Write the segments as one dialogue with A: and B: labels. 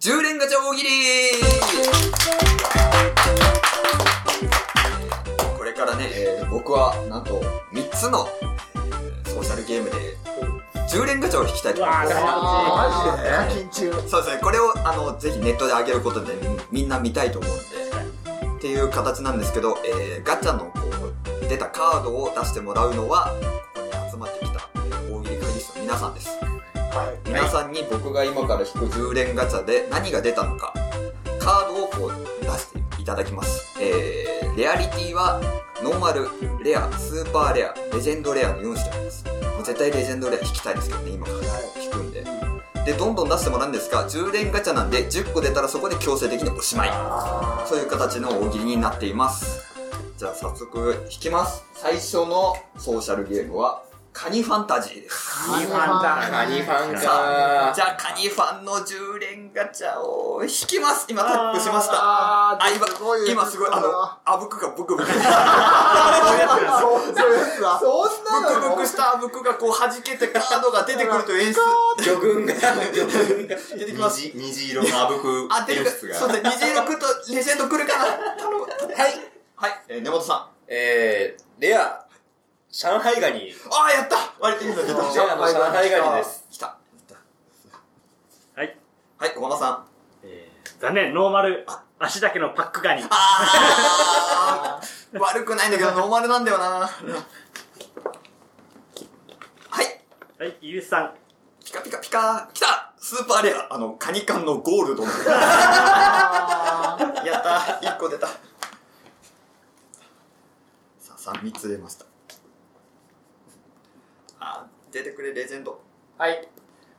A: 10連ガチャ大喜利これからね、えー僕はなんと3つの、えーソーシャルゲームで10連ガチャを引きたいと思います
B: あー
C: マジで課金中
A: そうですねこれをあのぜひネットで上げることでみみんな見たいと思うんでっていう形なんですけど、えーガチャのこう出たカードを出してもらうのはここに集まってきたえー大喜利会議室の皆さんです
C: はい
A: 皆さんに僕が今から引く10連ガチャで何が出たのかカードをこう出していただきますえー、レアリティはノーマルレアスーパーレアレジェンドレアの4種ありますもう絶対レジェンドレア引きたいですけどね今から引くんででどんどん出してもらうんですが10連ガチャなんで10個出たらそこで強制的におしまいそういう形の大喜利になっていますじゃあ早速引きます最初のソーシャルゲームはカニファンタジーです
C: カニファンだ
B: カニファン
A: さあ、
B: か
A: じゃあカニファンの10連ガチャを引きます。今タップしました。あ
C: あー
A: 今
C: すごい
A: 今すごい、あの、あぶくがブクブク。ブク
C: そうそういうやつだそんなの
A: ブクしたあぶくがこう弾けてカードが出てくるという演出。
B: 魚群が魚群が
A: 出てきます。
D: 虹虹色のあぶく
A: あ、出て
D: 演
A: く
D: 出
A: る。そう
D: が。
A: だ、虹色くるとレジェンドくるかな。頼む。はい。はい、えー根本さん。
B: えー、レア上海ガニレ
A: ああ、やった割れてるの出た。
B: アの上海ガニです
A: 来た。
E: はい。
A: はい、小浜さん。
E: えー残念、ノーマル、足だけのパックガニ。
A: あー悪くないんだけど、ノーマルなんだよな。はい。
E: はい、ゆうさん。
A: ピカピカピカ来たスーパーレアあの、カニ缶のゴールドの。やったー !1 個出た。さあ、3、3つ出ました。あー、出てくれ、レジェンド。
C: はい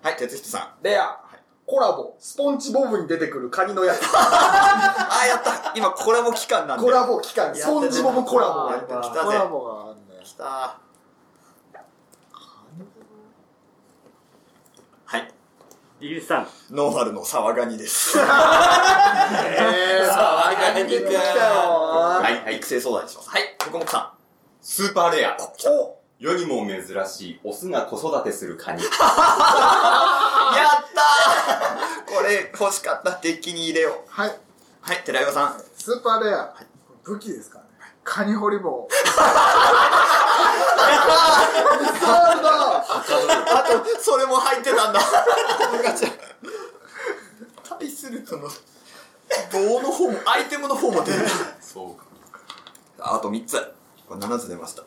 A: はい、哲人さん。
C: レアコラボスポンジボブに出てくるカニのやつ
A: あー、やった今、コラボ期間なんで。
C: コラボ機関スポンジボブコラボ
A: や
C: や
A: っ
C: って
A: たね
C: ぱ
A: 来たぜ
C: コラボがあるね
A: 来たーはい。
E: ゆうさん。
A: ノーマルのサワガニです。
C: えー
B: あーガ
C: 出
B: ニ
C: てき
B: か
C: たよー
D: はい、はい
A: 育。成相談にします。はい、徳本さ
D: スーパーレア
A: ん。。来た。
D: 世にも珍しい、オスが子育てするカニ。
A: やったーこれ欲しかったデッキに入れよう
C: はい
A: はい寺岩さん
C: スーパーレア武器ですからねカニ掘り棒そうだ
A: あとそれも入ってたんだガチャ対するとの棒の方もアイテムの方も出る
D: そうか。
A: あと3つこれ7つ出ました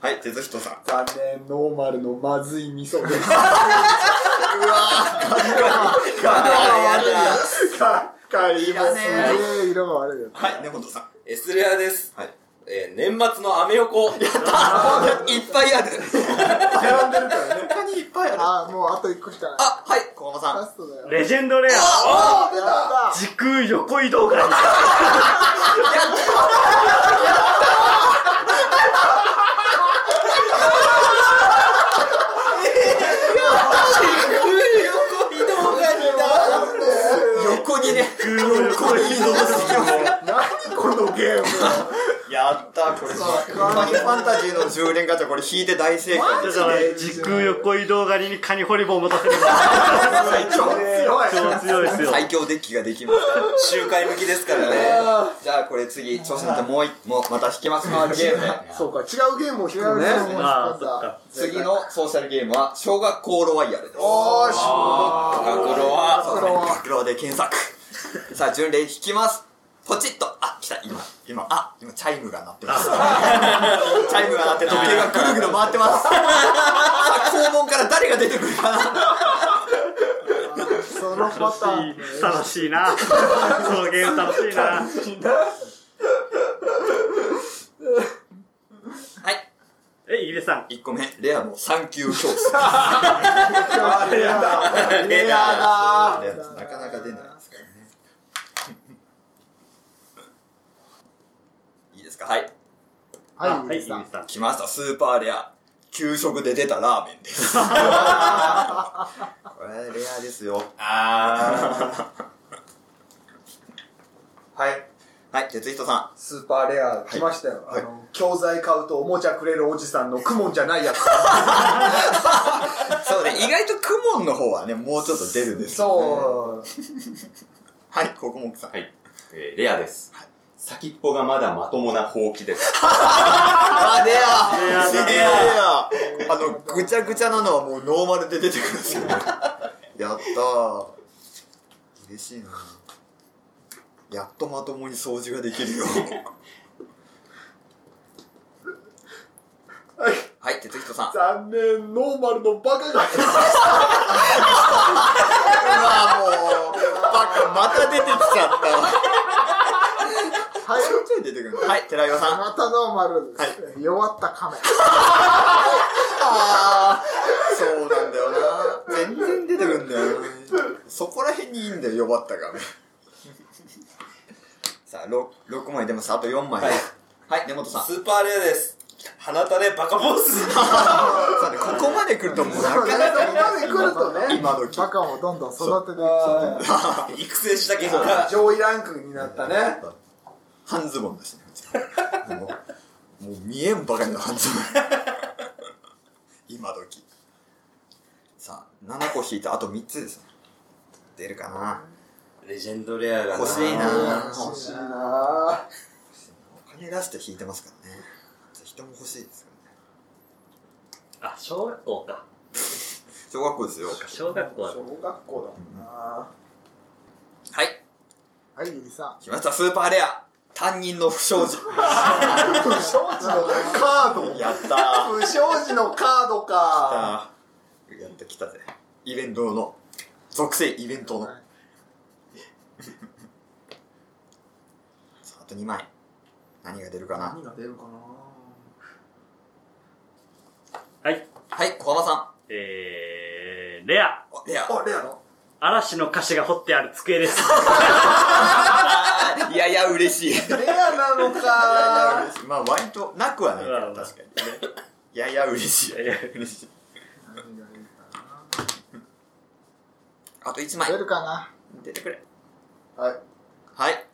A: はい哲人さん
C: 残念ノーマルのまずい味噌ですかカリもすげえ色が悪いよ
A: はい根本さん
B: S レアです、
A: はい
B: えー、年末のアメ横
A: いっぱいある
C: 並んでるからね
A: 他にいっぱいある
C: あーもうあと一個しかない
A: あはい小浜さん
C: ラストだよ
E: レジェンドレア、
C: あー出た
E: 時空横移動ガニ。
A: 横にね
E: 横移動
C: 何このゲーム
A: やったーこれマニファンタジーの10連ガチャこれ引いて大成功
E: ガニ。だから、時空横移動ガニにカニホリボン持たせる。
A: 最強
E: 超強いですよ。
A: 最強デッキができました
B: 周回向きですからね
A: じゃあこれ次調子乗ってもう一もうまた引きますゲームね
C: そうか違うゲームを引くの
A: 違
C: ね
A: うゲーム
E: ああ、そっか。
A: 次のソーシャルゲームは小学校ロワイヤルです
C: おーし
B: 学路は
A: そうですね学童で検 索さあ巡礼引きますポチッとあ来た今今あ今チャイムが鳴ってますチ ャイムが鳴って時計がぐるぐる回ってますさあ肛門から誰が出てくるかな
C: そのパターン
E: 楽しい。楽しいな。そのゲーム楽しいな。
A: はい
E: え、ゆうさん。
A: 1個目レアの3級教室
C: レアだレアだ
A: レアですなかなか出ないですからねいいですかはい
E: あ
C: は
E: はいい、
C: い
E: ゆ
C: いうさ
E: さ
C: ん
E: ん。
A: 来ましたスーパーレア給食で出たラーメンです これレアですよ
D: あ
A: はいははい、哲人さ
C: スーパーレア来ましたよ。
A: はい
C: あの、教材買うとおもちゃくれるおじさんのクモンじゃないやつ。
A: ん。そうね、意外とクモンの方はね、もうちょっと出るんですよね。
C: そう。
A: はい、ここも奥さん。
D: はい。えーレアです。先っぽがまだまともなほうきです。
A: あ、レア
E: レアだ
A: レアあの、ぐちゃぐちゃなのはもうノーマルで出てくるんですよ。やったー。嬉しいなやっとまともに掃除ができるよ。
C: はい
A: はい、哲人さん。うわ
C: 残念、ノーマルのバカが。
A: もう、バカ、また出てきちゃった。
C: はい。
A: ちょいちょい出てくる。はい、寺岩さん。
C: またノーマルです。弱ったカメ。
A: あーそうなんだよな全然出てくんだよなそこら辺にいいんだよ呼ばったからさあ 6, 六枚出ますあと4枚
B: はい
A: はい根本さん
B: スーパーレアです。花たねバカボス。
A: そうねここまで来るともうな
C: そうね、
A: かなか
C: そこまで来るとね、
A: 今時
C: バカをどんどん育てていくとね、
B: 育成した結果、
C: 上位ランクになったね。
A: 半ズボンだしねもうもう見えんばかりの半ズボン今時さあ7個引いてあと3つです出るかな
B: レジェンドレアが
A: 欲しいな
C: 欲しいな
A: お金出して引いてますからね人も欲しいですよね
E: あ、小学校か。
A: 小学校ですよ
E: 小学校だ
C: 小学校だもんな
A: はい
C: はい、ゆりさん。
A: 来ましたスーパーレア担任の不祥事
C: 不祥事のカード。
A: やったー
C: 不祥事のカードか。
A: あーやってきたぜイベントの属性イベントの、
C: はい
A: さああと2枚何が出るかな
C: 何が出るかな
E: はい。
A: はい小浜さ
E: えー、レア。
A: んおレア
C: あ、レアの
E: 嵐の歌詞が彫って ある机です。
A: いやいや嬉しいいやい
C: レアなの
A: や
C: か
A: 嬉しいまあ割となくはないけ
E: まあま
A: ど
E: あ
A: 確かにねいやいや嬉しい
E: いやいや
A: 嬉しい
C: 何が出るか
A: あと1
C: な
A: 枚
C: 出るかな
A: 出てくれ
C: はい。
A: はい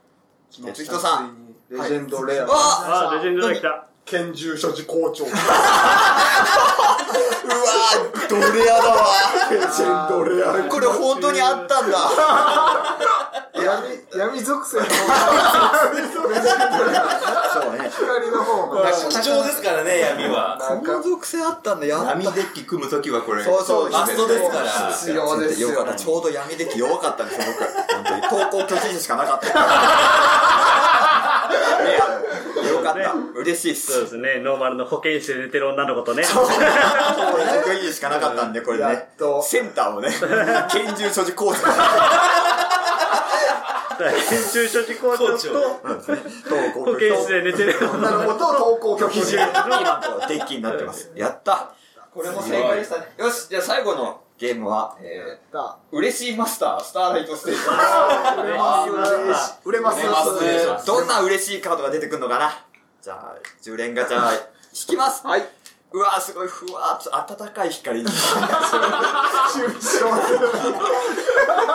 A: 哲人さん
C: ん。レジェンドレア。
A: うわ
E: あー、レジェンドが来た。
C: 拳銃所持校長。
A: う
C: レ
A: わードレアだわ
C: ジェンドレア。
A: これ本当にあったんだ
C: 闇、闇属性の
A: そうね
C: 光の方が。
B: 貴重ですからね、闇 は。
C: なん
A: こ
C: か
A: の属性あったんだやった
D: 網デッキ組むときはこれ。
A: そうそう
B: マストですから
C: 必要ですよ
A: よかったちょうど闇デッキ弱かったんですよ僕本当に投稿拒否しかなかったねよかった嬉しいっ
E: そうですすね、ノーマルの保健室で寝てる女の子とね。
A: 投稿拒否しかなかったんでこれ
C: や
A: ね
C: っと
A: センターをね拳銃所持コース
E: 中所持校長
A: 投
E: と
A: 稿
E: 保健室で寝てる
C: 女の子と投稿拒 否
A: 今のところデッキになってますやったこれも正解でしたねよしじゃあ最後のゲームは、え
C: だ。
A: ー、嬉しいマスタースターライトステージ
C: 売れます。売れます。
A: どんな嬉しいカードが出てくるのかなじゃあ、10連ガチャ、引きます。はい。うわーすごい、ふわーっと暖かい光に。暖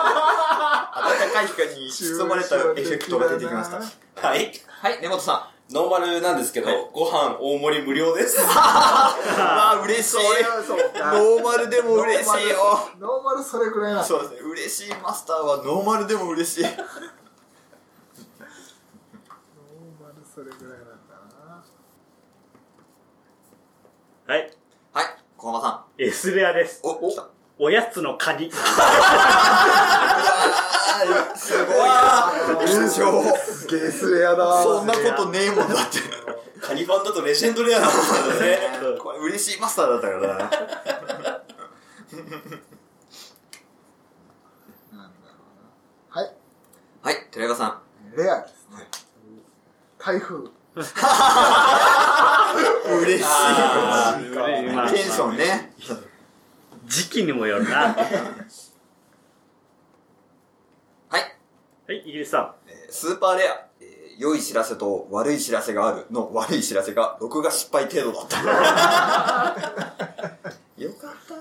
A: かい光に包まれたエフェクトが出てきました。
B: はい。
A: はい、根本さん。
B: ノーマルなんですけど、ご飯大盛り無料です。
A: わあ、嬉しい。ノーマルでも嬉しいよ。
C: ノーマルそれぐらいな
A: そうですね、嬉しいマスターはノーマルでも嬉しい。
C: ノーマルそれぐらいなんだな。
E: はい。
A: はい、小浜さん。
E: S レアです。
A: お、来た。
E: おやつのカニ。
A: あーすごいな。緊張。
C: ゲスレアだ。
A: そんなことねえもんだって。
B: カニ版だとレジェンドレアなんですからね。
A: これ嬉しいマスターだったからな。
C: はい。
A: はい、寺岩さん。
C: レアですね。台風。
A: 嬉しい。
B: あ
E: まあ
A: テンションね。
E: 時期にもよるな。は
A: はい。
E: い、イギリスさ
A: えースーパーレア。えー良い知らせと悪い知らせがあるの悪い知らせが録画失敗程度だ った。よかった。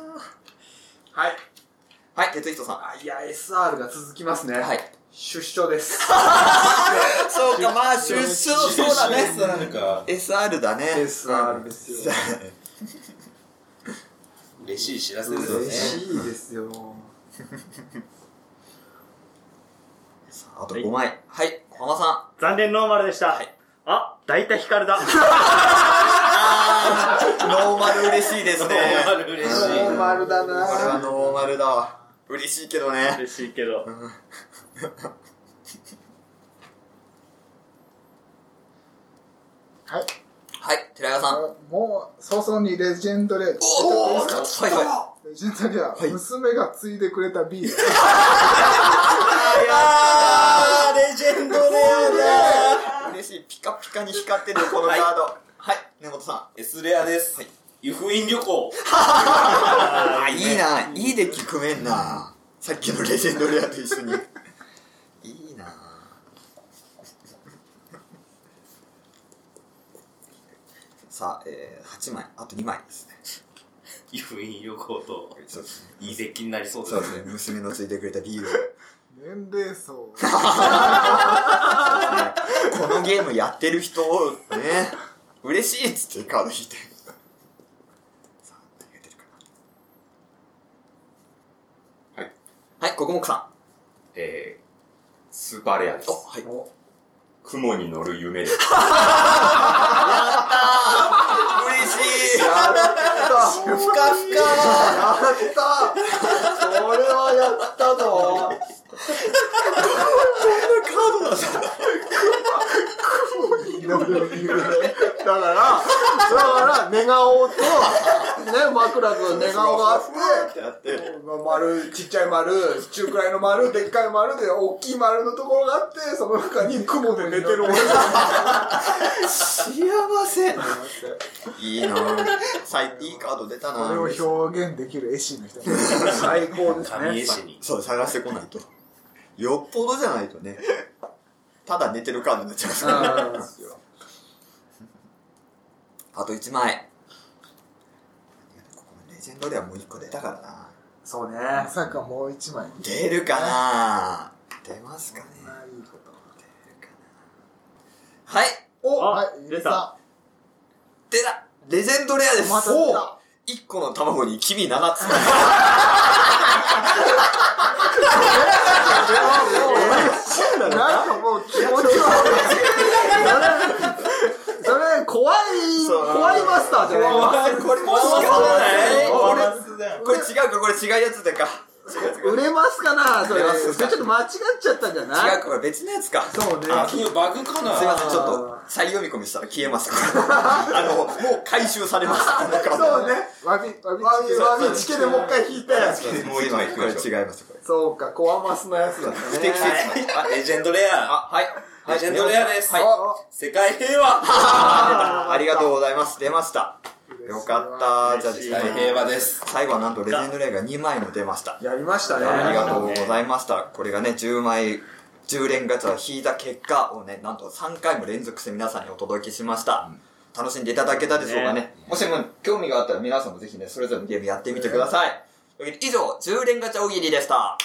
C: はい。
A: はい、哲人さん。
C: あいや、SR が続きますね。
A: はい。
C: 出張です。
A: そうか、まあ、出生、そうだね。
D: そうなんか、
A: SR だね。
C: SR ですよ。
B: 嬉しい知らせですよね
C: 嬉しいですよ。
A: さああと5枚。はい、小浜さ
E: 残念ノーマルでした。
A: はい
E: あ、大体光だ。
A: ん。ノーマル嬉しいですね。
B: ノーマ
A: こ
B: ル嬉
C: ノ
B: し
C: ーマルだ
A: れは
C: な
A: ノーマルだわ。嬉しいけどね。
E: 嬉しいけど。
F: はい。
A: はい、寺山さん。
F: もう、早々にレジェンドレア。
A: おおはいは
F: レジェンドレア、
A: はい
F: 娘がついでくれたビール。
B: あーレジェンドレアだ
A: い。嬉しい。ピカピカに光ってるよこのカード。はい、根本さ
B: S レアです、湯布院旅行
A: ん。あ、いいな。いいデッキ組めんな。さっきのレジェンドレアと一緒に。 いいな。さあ、えー、8枚、あと2枚ですね。
B: 湯布院旅行と
A: そうですね。
B: いい絶景になりそうです
A: そうですね。娘のついてくれたビールを。
F: 年齢層。
A: このゲームやってる人をね、嬉しいっつってカード引いて。さあ、何が出るかな。
D: はい。
A: はい、ここもくさ
D: えー、スーパーレアで
A: ん。
D: す
A: お、。はい。嬉
D: 雲に乗る夢です。
A: しいやったふかふか
C: やったそれはやったぞ
F: だから
C: だから、だから、寝顔と、ね、枕と寝顔があって、
D: やって、
C: 丸、ちっちゃい丸、中くらいの丸、でっかい丸で、大きい丸のところがあって、その中に雲で寝てる俺が
A: 幸せいいなぁ。最いいカード出たな
F: こ
A: ぁ。
F: れを表現できるエシーの人。
C: 最高ですね。
B: 神絵師に
A: そう、探してこないと。よっぽどじゃないとね。ただ寝てるカードになっちゃいますからね。あと1枚。ここのレジェンドではもう1個出たからな。
C: そうね。
F: まさかもう一枚。
A: 出るかな出ますかね。
F: そんないいこと。
A: はい
F: お
E: あ
F: はい、入れた。
A: 出たレジェンドレアです
F: また出た。
A: !1 個の卵に君7つ。
F: なんかもう気持ち悪
C: それ、怖い、
A: そう
C: 怖いマスターじゃない
A: これもし
B: わかんない
A: これ、
C: い
A: これ違うかこれ違うやつでか。
C: 売れますかなそれ
A: 売れます
C: それちょっと間違っちゃったんじゃない
A: 違うかこれ別のやつか。すい
C: そうね。
B: あ金曜バグかな
A: ません、ちょっと再読み込みしたら消えま した。あの、もう回収されました。
C: そうね。
F: い。わび、わび
C: わ
F: チキン
C: び、わびチケでもう一回引いて。
D: もう一枚行き
A: こ
D: ま
A: れ
D: しょう。
A: 違います、これ。
C: そうか、コアマスのやつだったね。
A: 不適切な。
B: あレジェンドレア
A: あ、はい。
B: レジェンドレアです、
A: はい。
B: 世界平和
A: ありがとうございます。出ました。よかった。じゃあ
E: 嬉しい
A: です
B: 世界
A: ね。
B: 平和です
A: 最後はなんとレジェンドレアが2枚も出ました。
C: やりましたね。
A: ありがとうございました。これがね、10枚、10連ガチャ引いた結果をね、なんと3回も連続して皆さんにお届けしました。楽しんでいただけたでしょうかね。もしも興味があったら皆さんもぜひね、それぞれのゲームやってみてください。というわけで以上、10連ガチャ大喜利でした。